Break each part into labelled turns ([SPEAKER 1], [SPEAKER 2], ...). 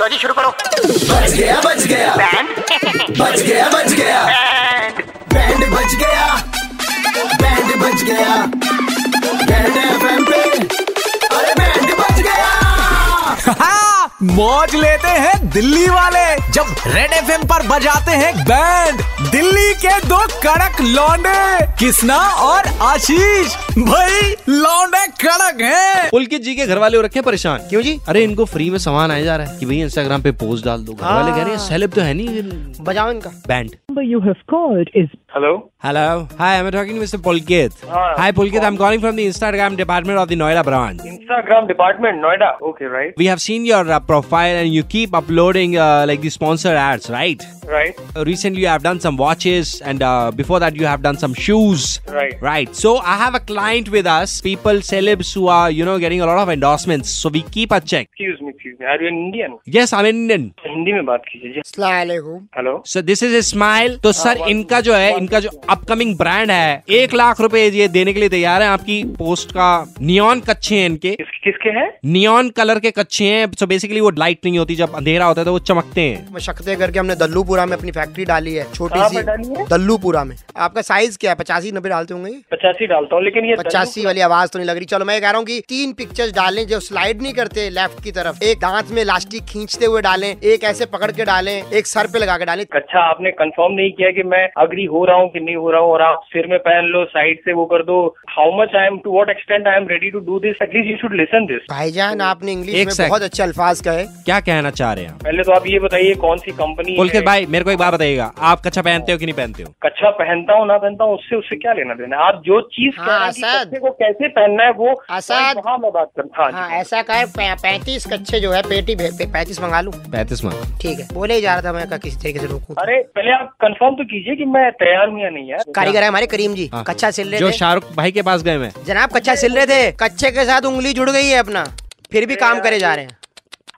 [SPEAKER 1] लो जी शुरू करो
[SPEAKER 2] बच गया बच गया
[SPEAKER 1] बैंड
[SPEAKER 2] बच गया बच गया
[SPEAKER 1] बैंड
[SPEAKER 2] बैंड बच गया बैंड बच गया बैंड एफएम पे अरे बैंड बच गया
[SPEAKER 3] हाँ, मौज लेते हैं दिल्ली वाले जब रेड एफ पर बजाते हैं बैंड दिल्ली के दो कड़क लौंडे किसना और आशीष भाई लौंडे कड़क हैं
[SPEAKER 4] पुलकित जी के घर वाले हो रखे हैं परेशान क्यों जी अरे इनको फ्री में सामान आया जा रहा है कि भैया इंस्टाग्राम पे पोस्ट डाल दो घर वाले कह रहे हैं सेलेब तो है नहीं
[SPEAKER 1] हाँ। बजाओ इनका
[SPEAKER 4] band
[SPEAKER 5] number you have called is
[SPEAKER 6] hello
[SPEAKER 4] hello hi I am talking mister Pulkit hi Pulkit I am calling from the Instagram department of the Noida branch
[SPEAKER 6] Instagram department Noida okay right
[SPEAKER 4] We have seen your uh, profile and you keep uploading uh, like the sponsor ads, right?
[SPEAKER 6] Right
[SPEAKER 4] Uh, Recently, you have done some watches, and uh, before that, you have done some shoes.
[SPEAKER 6] Right.
[SPEAKER 4] Right. So, I have a client with us, people, celebs who are, you know, getting a lot of endorsements. So, we keep a check.
[SPEAKER 6] Excuse me excuse me are you Indian
[SPEAKER 4] Yes, I'm Indian.
[SPEAKER 6] Hindi में बात कीजिए जी hello
[SPEAKER 4] sir this is smile तो sir इनका जो है इनका जो अपकमिंग ब्रांड है एक लाख रुपए ये देने के लिए तैयार है आपकी पोस्ट का नियॉन कच्चे हैं इनके
[SPEAKER 6] किस किसके हैं
[SPEAKER 4] नियॉन कलर के कच्चे हैं सो बेसिकली वो लाइट नहीं होती जब अंधेरा होता है तो वो चमकते हैं
[SPEAKER 7] मशक्कतें करके हमने दल्लूपुरा में अपनी फैक्ट्री डाली है छोटी
[SPEAKER 6] कहाँ पर डाली है?
[SPEAKER 7] सी दल्लूपुरा में आपका साइज क्या है पचासी नब्बे डालते होंगे
[SPEAKER 6] पचासी डालता हूँ लेकिन ये
[SPEAKER 7] पचासी वाली आवाज तो नहीं लग रही चलो मैं ये कह रहा हूँ कि तीन पिक्चर्स डालें जो स्लाइड नहीं करते लेफ्ट की तरफ एक दांत में लास्टिक खींचते हुए डालें एक ऐसे पकड़ के डालें एक सर पे लगा के डालें
[SPEAKER 6] अच्छा आपने कंफर्म नहीं किया कि मैं अग्री हो रहा हूँ कि नहीं हो रहा हूँ और आप सिर में पहन लो साइड से वो कर दो how much I am to what extent I am ready to do this at least you should listen this
[SPEAKER 7] भाईजान आपने
[SPEAKER 4] एक
[SPEAKER 7] इंग्लिश में
[SPEAKER 4] सेकंड।
[SPEAKER 7] बहुत अच्छे अल्फाज कहे
[SPEAKER 6] हाँ,
[SPEAKER 4] क्या कहना चाह रहे हैं आप
[SPEAKER 6] पहले तो आप ये बताइए कौन सी कंपनी
[SPEAKER 4] पुलकित भाई मेरे को एक बात बताइएगा आप कच्चा पहनते हो कि नहीं पहनते हो
[SPEAKER 6] कच्चा पहनता हूँ ना पहनता हूँ उससे उससे क्या लेना देना है? आप जो चीज
[SPEAKER 7] हाँ,
[SPEAKER 6] कह रहे हैं कि
[SPEAKER 7] असद।
[SPEAKER 6] कच्चे को कैसे पहनना है वो
[SPEAKER 7] असद।
[SPEAKER 6] वहाँ मैं बात करता हूँ
[SPEAKER 7] हाँ ऐसा कहे पैंतीस कच्चे जो है पेटी पैंतीस मंगा लूँ
[SPEAKER 4] पैंतीस मार्क
[SPEAKER 7] ठीक है बोले ही जा रहा था मैं कहा, किसी तरीके से रोकूं
[SPEAKER 6] अरे पहले आप कंफर्म तो कीजिए कि मैं तैयार हूँ या नहीं यार
[SPEAKER 7] कारीगर है हमारे करीम जी
[SPEAKER 4] हाँ।
[SPEAKER 7] कच्चा सिल रहे
[SPEAKER 4] जो
[SPEAKER 7] थे
[SPEAKER 4] शाहरुख भाई के पास गए मैं
[SPEAKER 7] जनाब कच्चा सिल रहे थे कच्चे के साथ उंगली जुड़ गई है अपना फिर भी काम करे जा रहे हैं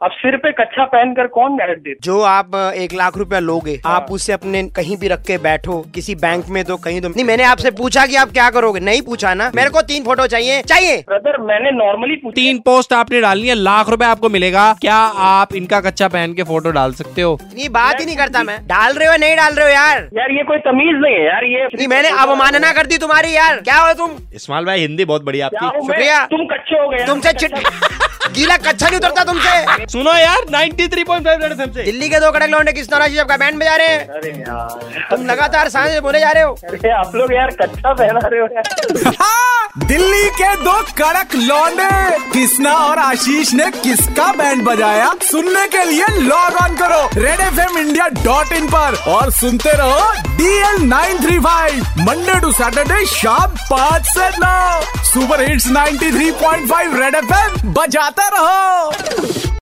[SPEAKER 6] अब सिर पे कच्चा पहन कर कौन मेरिट देता
[SPEAKER 7] जो आप अ, एक लाख रुपया लोगे आप उससे अपने कहीं भी रख के बैठो किसी बैंक में तो कहीं तो नहीं मैंने आपसे पूछा कि आप क्या करोगे नहीं पूछा ना मेरे को तीन फोटो चाहिए चाहिए
[SPEAKER 6] ब्रदर मैंने नॉर्मली पूछा
[SPEAKER 4] तीन पोस्ट आपने डालनी है लाख रुपए आपको मिलेगा क्या आप इनका कच्चा पहन के फोटो डाल सकते हो
[SPEAKER 7] इतनी बात ही नहीं करता मैं डाल रहे हो या नहीं डाल रहे हो यार
[SPEAKER 6] यार ये कोई तमीज नहीं है यार ये
[SPEAKER 7] नहीं मैंने अवमानना कर दी तुम्हारी यार क्या हो तुम
[SPEAKER 4] इस्माइल भाई हिंदी बहुत बढ़िया
[SPEAKER 6] क्या हूँ
[SPEAKER 4] आपकी
[SPEAKER 6] मैं?
[SPEAKER 7] शुक्रिया।
[SPEAKER 6] तुम कच्चे हो गए यार।
[SPEAKER 7] तुमसे चिट गीला कच्चा नहीं उतरता तुमसे
[SPEAKER 4] सुनो यार 93.5 थ्री पॉइंट से
[SPEAKER 7] दिल्ली के दो कड़क लौंडे किस तरह आपका बैंड बजा रहे हैं
[SPEAKER 6] अरे यार
[SPEAKER 7] तुम लगातार सांस बोले जा रहे हो
[SPEAKER 6] अरे आप लोग यार कच्चा पहना रहे हो यार
[SPEAKER 3] हाँ, दिल्ली के दो कड़क लौंडे किसना और आशीष ने किसका बैंड बजाया सुनने के लिए लॉग ऑन करो red F M India dot in पर और सुनते रहो DL nine three five Monday to Saturday शाम पाँच से नौ super hits 93.5 three point five red F M बजाते रहो